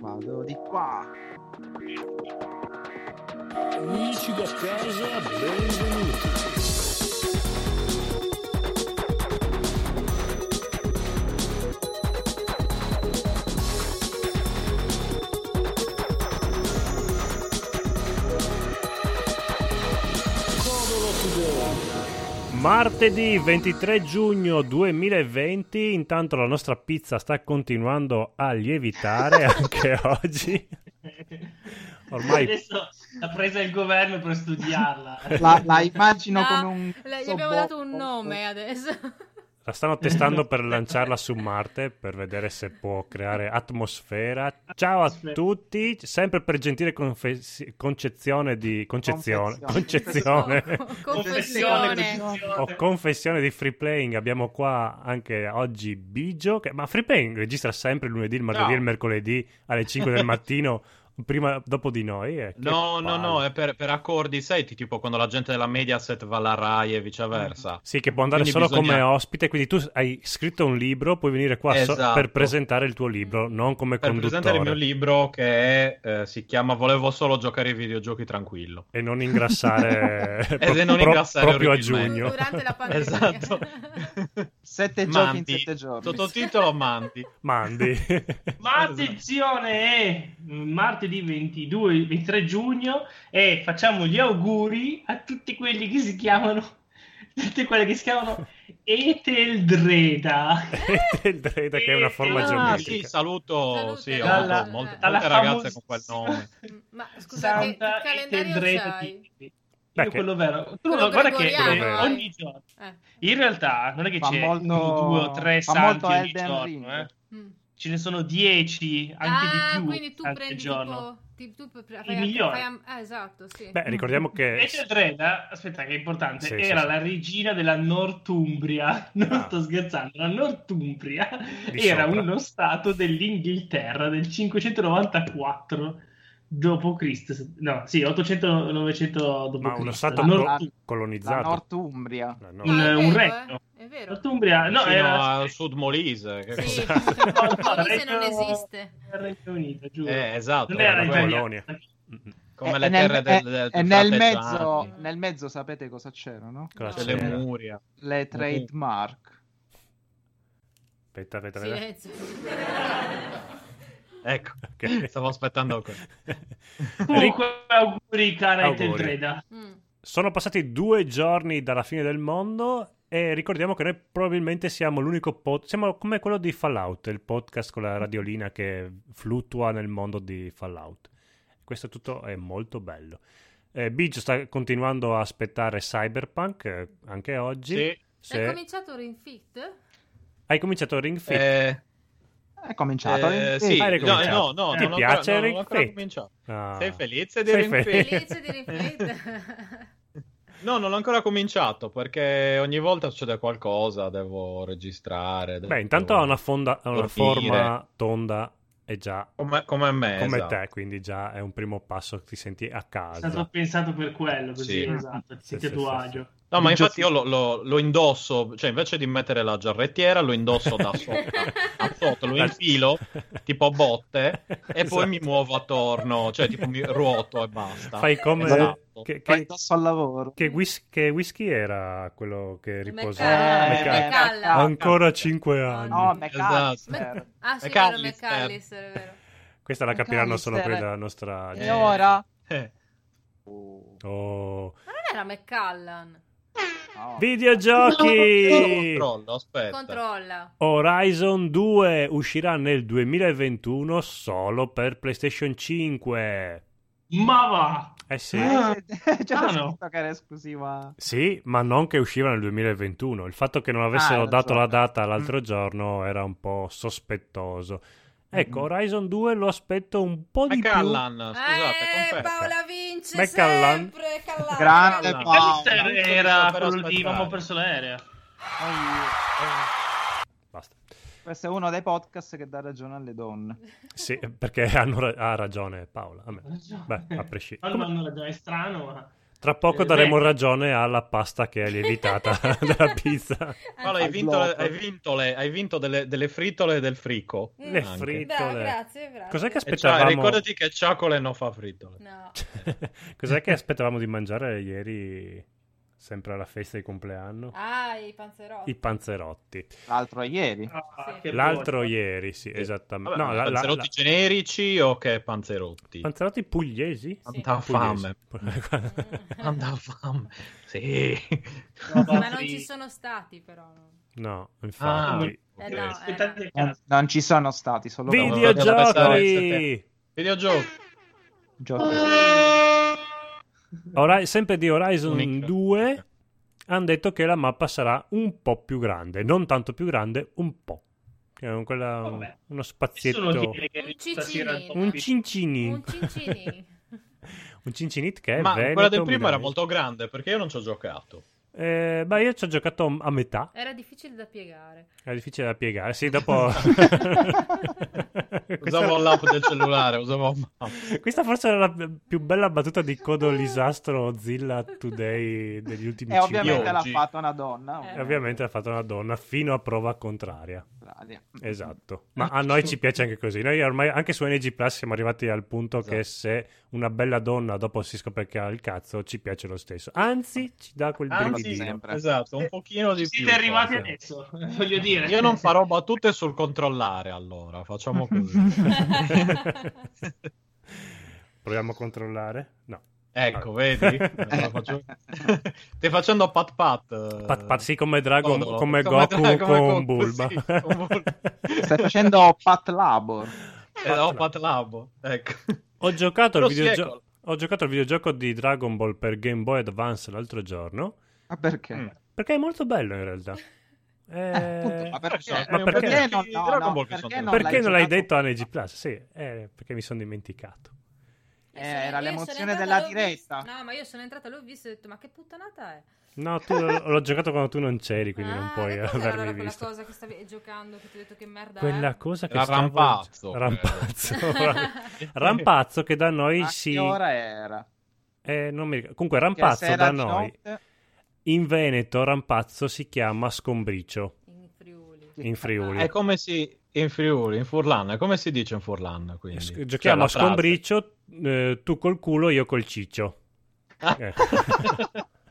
Vado di qua. Amici da casa, benvenuti. Martedì 23 giugno 2020, intanto la nostra pizza sta continuando a lievitare anche oggi. Ormai Adesso l'ha presa il governo per studiarla. La, la immagino No, come un... Ah, Le- gli so, abbiamo boh, dato un boh, nome adesso. la stanno testando per lanciarla su Marte per vedere se può creare atmosfera. Ciao a tutti, sempre per gentile confes- concezione di concezione, Confezione. concezione Confessione. o confessione di free playing. Abbiamo qua anche oggi Bigio, che- ma free playing registra sempre il lunedì, il martedì e il Ciao. mercoledì alle 5 del mattino. Prima, dopo di noi, eh, che No, no, palle. no, è per, per accordi, sai, ti- tipo quando la gente della Mediaset va alla Rai e viceversa. Sì, che può andare Quindi solo bisogna- come ospite. Quindi tu hai scritto un libro, puoi venire qua so- Esatto. per presentare il tuo libro, non come Per conduttore presentare il mio libro che è, eh, si chiama Volevo solo giocare ai videogiochi tranquillo. e non ingrassare, E se non ingrassare proprio a orribilmente. giugno. Durante la pandemia. Esatto. Sette giochi in Mandi. sette giorni. Sottotitolo Mandi. Mandi. Ma attenzione, è martedì 22, 23 giugno e facciamo gli auguri a tutti quelli che si chiamano, tutti quelli che si chiamano Eteldreda. il Dreda che è una forma Ah, Ah, geometrica. sì, saluto, Salute. sì, ho Dalla- avuto molte, dalla molte ragazze famosa- con quel nome. Ma scusa, che, che Santa calendario Eteldreda c'hai? Titti. Beh, Io che- quello vero. Tu Quello guarda che gregoriano, eh. ogni giorno, Eh, in realtà non è che Fa c'è molto- uno, due o tre fa santi molto ogni Elden Ring. giorno, eh. mm. ce ne sono 10, anche ah, di più quindi tu santi al prendi giorno. tipo... ti- tu pre- I fai- migliori. fai- ah, esatto, sì. Beh, ricordiamo che Invece Dreda, aspetta che è importante, Eh, Sì, sì, era sì. la regina della Northumbria, non Ah. sto scherzando, la Northumbria Di era sopra. uno stato dell'Inghilterra del 594 dopo Cristo, no, sì, 800-900 dopo ma Cristo. uno La stato non- co- Northumbria- La esatto. colonizzato. Northumbria. La Ah, Mm. Nord- è un- Certo. un vero, regno. eh, È vero. Northumbria, no, Fino era... a Sud Molise. che Sì. cos'è? Northumbria non esiste. Il Regno Unito, giuro. Eh, esatto, non era era la italiana. colonia. come E- le e nel- terre del, e- del e nel Frateggiano, mezzo, nel mezzo sapete cosa c'erano? no? Cosa No. delle c'era? Muria. Le trademark. Aspetta, aspetta, aspetta. Silenzio. Ecco, Ok. stavo aspettando que- Ric- Comunque, auguri, cara Auguri. Eteltreda. Mm. Sono passati due giorni dalla fine del mondo e ricordiamo che noi probabilmente siamo l'unico podcast, siamo come quello di Fallout, il podcast con la radiolina che fluttua nel mondo di Fallout. Questo tutto è molto bello. Eh, Biggio sta continuando a aspettare Cyberpunk eh, anche oggi. Sì. Se- Hai cominciato Ring Fit? Hai cominciato Ring Fit. Eh, È cominciato. eh, eh? sì, Hai no, ricominciato. no, no, Ti non ho piace ancora- non Ring ho ancora Fit? cominciato. Ah. Sei felice di Sei Ring Fit? felice? Felice di Ring Fit? No, non ho ancora cominciato perché ogni volta succede qualcosa, devo registrare. devo- Beh, intanto ha una, fonda- ha una Dormire. forma tonda e già Come, come me. come esatto. te, quindi già è un primo passo, ti senti a È casa. stato pensato per quello, così, Sì. esatto, ti Sì, senti a sì, tuo sì, agio. No, ma infatti io lo, lo- lo indosso, cioè invece di mettere la giarrettiera, lo indosso da sopra. a sotto, lo infilo, tipo a botte, e Esatto. poi mi muovo attorno, cioè tipo mi ruoto e basta. Fai come... Esatto. Che, Lo che, indosso al lavoro. che whis- che whisky era quello che riposava? Macallan. Eh, Macallan. Macallan. Ancora 5 anni. No, Esatto. McAllister. Esatto. Ah sì, Certo. vero, McAllister. McAllister, è vero. Questa la capiranno solo McAllister. quelli della nostra... E ora? Eh, Oh. Ma non era McCallan? No. Videogiochi! Controllo, aspetta. Controlla. Horizon 2 uscirà nel 2021 solo per PlayStation 5. Ma va! Eh sì. Eh, C'era Ah, no. scritto che era esclusiva. Sì, ma non che usciva nel 2021. Il fatto che non avessero Ah, lo dato so. la data l'altro giorno era un po' sospettoso. Ecco, Horizon 2 lo aspetto un po' di McCallan, scusate, Eh, conferma. Paola vince McCallan. sempre. Callan. Grande no. Paolo. Mister non era so, però quello di aspettare. Mamma ho perso l'aereo. Poi, più. Basta. eh, questo è uno dei podcast che dà ragione alle donne. Sì, perché hanno ra- ha ragione Paola. A me. Ragione. Beh, a prescindere. No, no, no, no, è strano, ma... Tra poco Eh, daremo beh. ragione alla pasta che è lievitata dalla pizza. Eh, Paolo, hai, Al vinto, le- blocco. hai vinto le- hai vinto delle, delle fritole e del frico. Mm. Le Anche. frittole. Bra- grazie, grazie. Cos'è che Cioè, E cia- aspettavamo? Eh, cioè, ricordati che ciacole non fa fritole. No. Cos'è che aspettavamo di mangiare ieri, sempre alla festa di compleanno? Ah, i panzerotti. I panzerotti. L'altro è ieri. Ah, Sì. che L'altro buono. ieri, sì, esattamente. Vabbè, No, la- la- panzerotti la- generici o che panzerotti? panzerotti pugliesi? Sì. Tanta fame. Mm. Tanta fame. Sì. Eh, No, Ma non sì. ci sono stati, però. no, Ah, infatti. Eh, ok. no, eh. Aspettate, Non, cazzo. non ci sono stati, solo Videogiochi! Videogiochi. Eh, Giochi. Ora- sempre di Horizon Unica. 2 hanno detto che la mappa sarà un po' più grande, non tanto più grande, un po'. Che è un- quella- un- Vabbè. uno Nessuno spazietto, chiede che Un resta ciccini. tirato un qui. cincinì. Un cincini. Un cincinit che è Ma Veneto, quella del primo era Milanese. molto grande perché io non ci ho giocato. Eh, beh, io ci ho giocato a metà, Era difficile da piegare. era difficile da piegare. Sì, dopo... Usavo questa, l'app del cellulare, usavo questa forse era la più bella battuta di Codo Lisastro Zilla Today degli ultimi E ovviamente Io l'ha oggi- fatta una donna. Eh. E ovviamente l'ha fatto una donna fino a prova contraria. Australia. Esatto. Ma a noi ci piace anche così. Noi ormai anche su NG Plus siamo arrivati al punto che Esatto. se una bella donna dopo si scopre che ha il cazzo, ci piace lo stesso. Anzi, ci dà quel Anzi, brividino. sempre. Ah, esatto, un pochino di più. Eh, Siete arrivati forse. adesso, voglio dire. Io non farò battute sul controllare allora, facciamo così. Proviamo a controllare? No. ecco, Ah. vedi? Allora faccio- Stai facendo pat pat. eh, Pat, pat- sì, come Dragon, Codolo. come, Goku Dra- come con Goku, Bulba. sì, con Bulba. Stai facendo Pat Labor. Eh, ho pat labo, ecco. Ho giocato, al Però sì, videogio- ecco. ho giocato al videogioco di Dragon Ball per Game Boy Advance l'altro giorno. Ma perché? Mm. Perché è molto bello in realtà. Eh, Appunto, ma perché? Eh, ma perché? Perché non- Di no, Dragon no, Ball che perché sono- non perché non l'hai giocato? detto a NG Plus? Sì, eh, perché mi sono dimenticato. Io Eh, sono- era io sono l'emozione entrata, della l'ho diretta. visto- No, ma io sono entrata, l'ho visto e ho detto, ma che puttanata è? No, tu l'ho giocato quando tu non c'eri, quindi non Ah, puoi ma cos'era avermi allora quella visto. cosa che stavi giocando, che ti ho detto che merda Quella è? cosa che Era stavo- Rampazzo, credo. Rampazzo. Rampazzo che da noi A si... che ora era? eh, non mi ricordo. Comunque Che Rampazzo sera da di noi... notte? In Veneto Rampazzo si chiama Scombricio, In Friuli. Eh, in Friuli. È come si in Friuli, in Furlan, è come si dice in Furlan, quindi. Sc- Cioè, Giochiamo la a frase. Scombricio, eh, tu col culo, io col ciccio. Ah. Eh.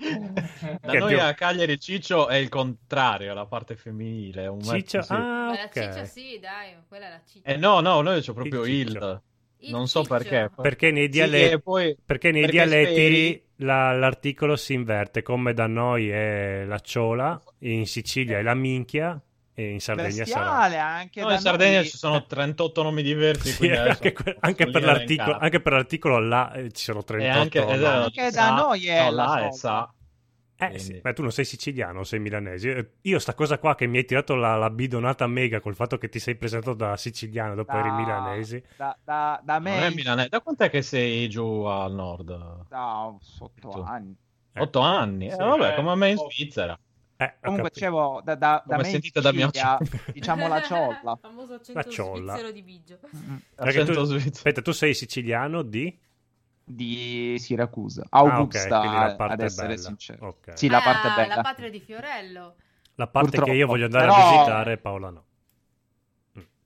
Da Che noi più- a Cagliari Ciccio è il contrario, la parte femminile. è Un Ciccio, mezzo- sì. ah, Ma la ok. ciccia sì, dai, quella è la ciccia. Eh no, no, noi c'è proprio Il il. ciccio. Il Non so ciccio. perché. Perché nei Sì, dialetti... e poi- Perché nei Perché dialetti speri- la- l'articolo si inverte, come da noi è la ciola, in Sicilia è la minchia e in Sardegna sarà... Bestiale anche No, da in Sardegna noi. ci sono 38 nomi diversi. Sì, quindi adesso anche, que- anche non per li l'articolo, elencare. anche per l'articolo là eh, ci sono E 38 anche, nomi. esatto, Anche sa- da noi è no, la là è sola. sa. Eh, sì, ma tu non sei siciliano, sei milanese. Eh, Io sta cosa qua che mi hai tirato la, la bidonata mega col fatto che ti sei presentato da siciliano dopo eri Da- milanese. Da, da, da Non me è in- milanese. Da quant'è che sei giù al nord? da sotto Tu. anni. Eh. 8 anni. Eh, Sì. vabbè, Eh, come me in oh. Svizzera. Eh, ho Comunque capito. dicevo, da, da, da Come me in sentite da mio Sicilia, accento. diciamo la ciolla. Famoso accento La ciolla. svizzero di Biggio. Perché tu- Accento svizzero. Aspetta, tu sei siciliano di... di Siracusa. Ah, ok, Augusta, eh, quindi la parte ad essere bella. Oh. sincero. Ok. Sì, la parte Ah, bella. la patria di Fiorello. La parte che io Purtroppo, voglio andare a però- visitare, Paola no.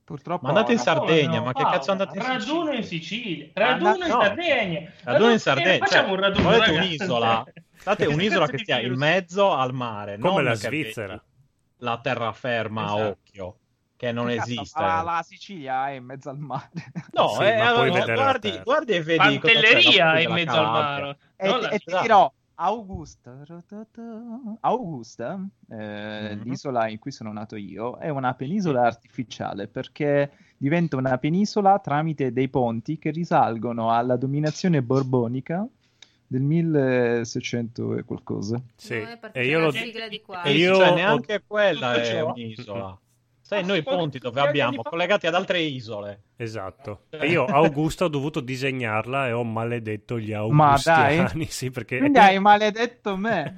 Purtroppo Ma andate in no. Sardegna. ma che Paolo, cazzo andate in Raduno in Sicilia. Raduno in No. Sardegna. Raduno in eh, Sardegna. Facciamo Cioè, un raduno. volete ragazzi. un'isola? State un'isola Cazzo che di sia in virus. mezzo al mare. Come non la che avete Svizzera. La terraferma a Esatto. occhio. Che non Che cazzo, esiste. La, la Sicilia è in mezzo al mare. No, Sì, eh, ma puoi allora, vedere la guardi, terra. guardi e vedi cosa c'è da Pantelleria fuori in della mezzo al Calabria. mare. e, No, la- e ti esatto. dirò, Augusta, rototò, Augusta, eh, Mhm. l'isola in cui sono nato io, è una penisola artificiale perché diventa una penisola tramite dei ponti che risalgono alla dominazione borbonica del 1600 e qualcosa. Sì. Non è partita E io la lo... sigla di qua. E E io io cioè, ho- neanche quella tutto è ciò- un'isola. Sai, Ah, noi i quanti- ponti dove quanti abbiamo anni fa- collegati ad altre isole. Esatto. E io Augusta ho dovuto disegnarla e ho maledetto gli Ma dai. augustiani, sì, perché Quindi hai maledetto me.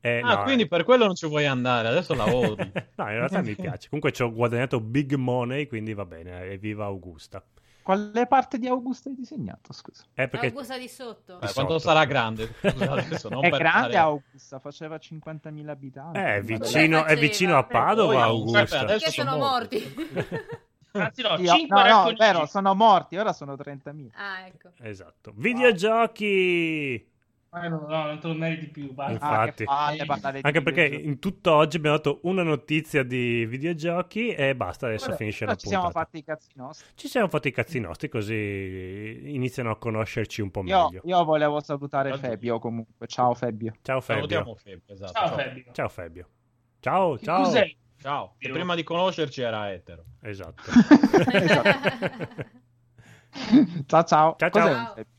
Eh, ah, no, quindi eh. per quello non ci vuoi andare, adesso la odi. no, in realtà mi piace. Comunque ci ho guadagnato big money, quindi va bene. Evviva Augusta. Quale parte di Augusta hai disegnato? Scusa. Eh, perché... Augusta di sotto. Eh, Di quando sotto. sarà grande? Scusa, adesso, non è per grande fare- Augusta, faceva 50.000 abitanti. Eh, è Vabbè. vicino, è faceva? vicino a Poi, Padova, Augusta, Augusta. adesso Perché sono morti. Anzi, no, Sì, 5 no, no, è racconti. vero, sono morti, ora sono 30.000. ah, ecco. Esatto. Videogiochi! Eh, no, no, non te lo meriti più. Ah, basta. che Infatti. palle parlare di Anche perché videogiochi. in tutto oggi abbiamo dato una notizia di videogiochi e basta, adesso Vabbè, finisce però la ci siamo puntata. fatti i cazzi nostri. Ci siamo fatti i cazzi nostri così iniziano a conoscerci un po' Io, meglio. io volevo salutare Oggi- Fabio comunque. Ciao Fabio. Ciao Fabio. Salutiamo Fabio, esatto. Ciao, Fabio. Ciao Fabio. Ciao, Che ciao. Cos'è? Ciao. Che prima di conoscerci era etero. Esatto. Ciao ciao. Ciao, Cos'è ciao. un Fabio?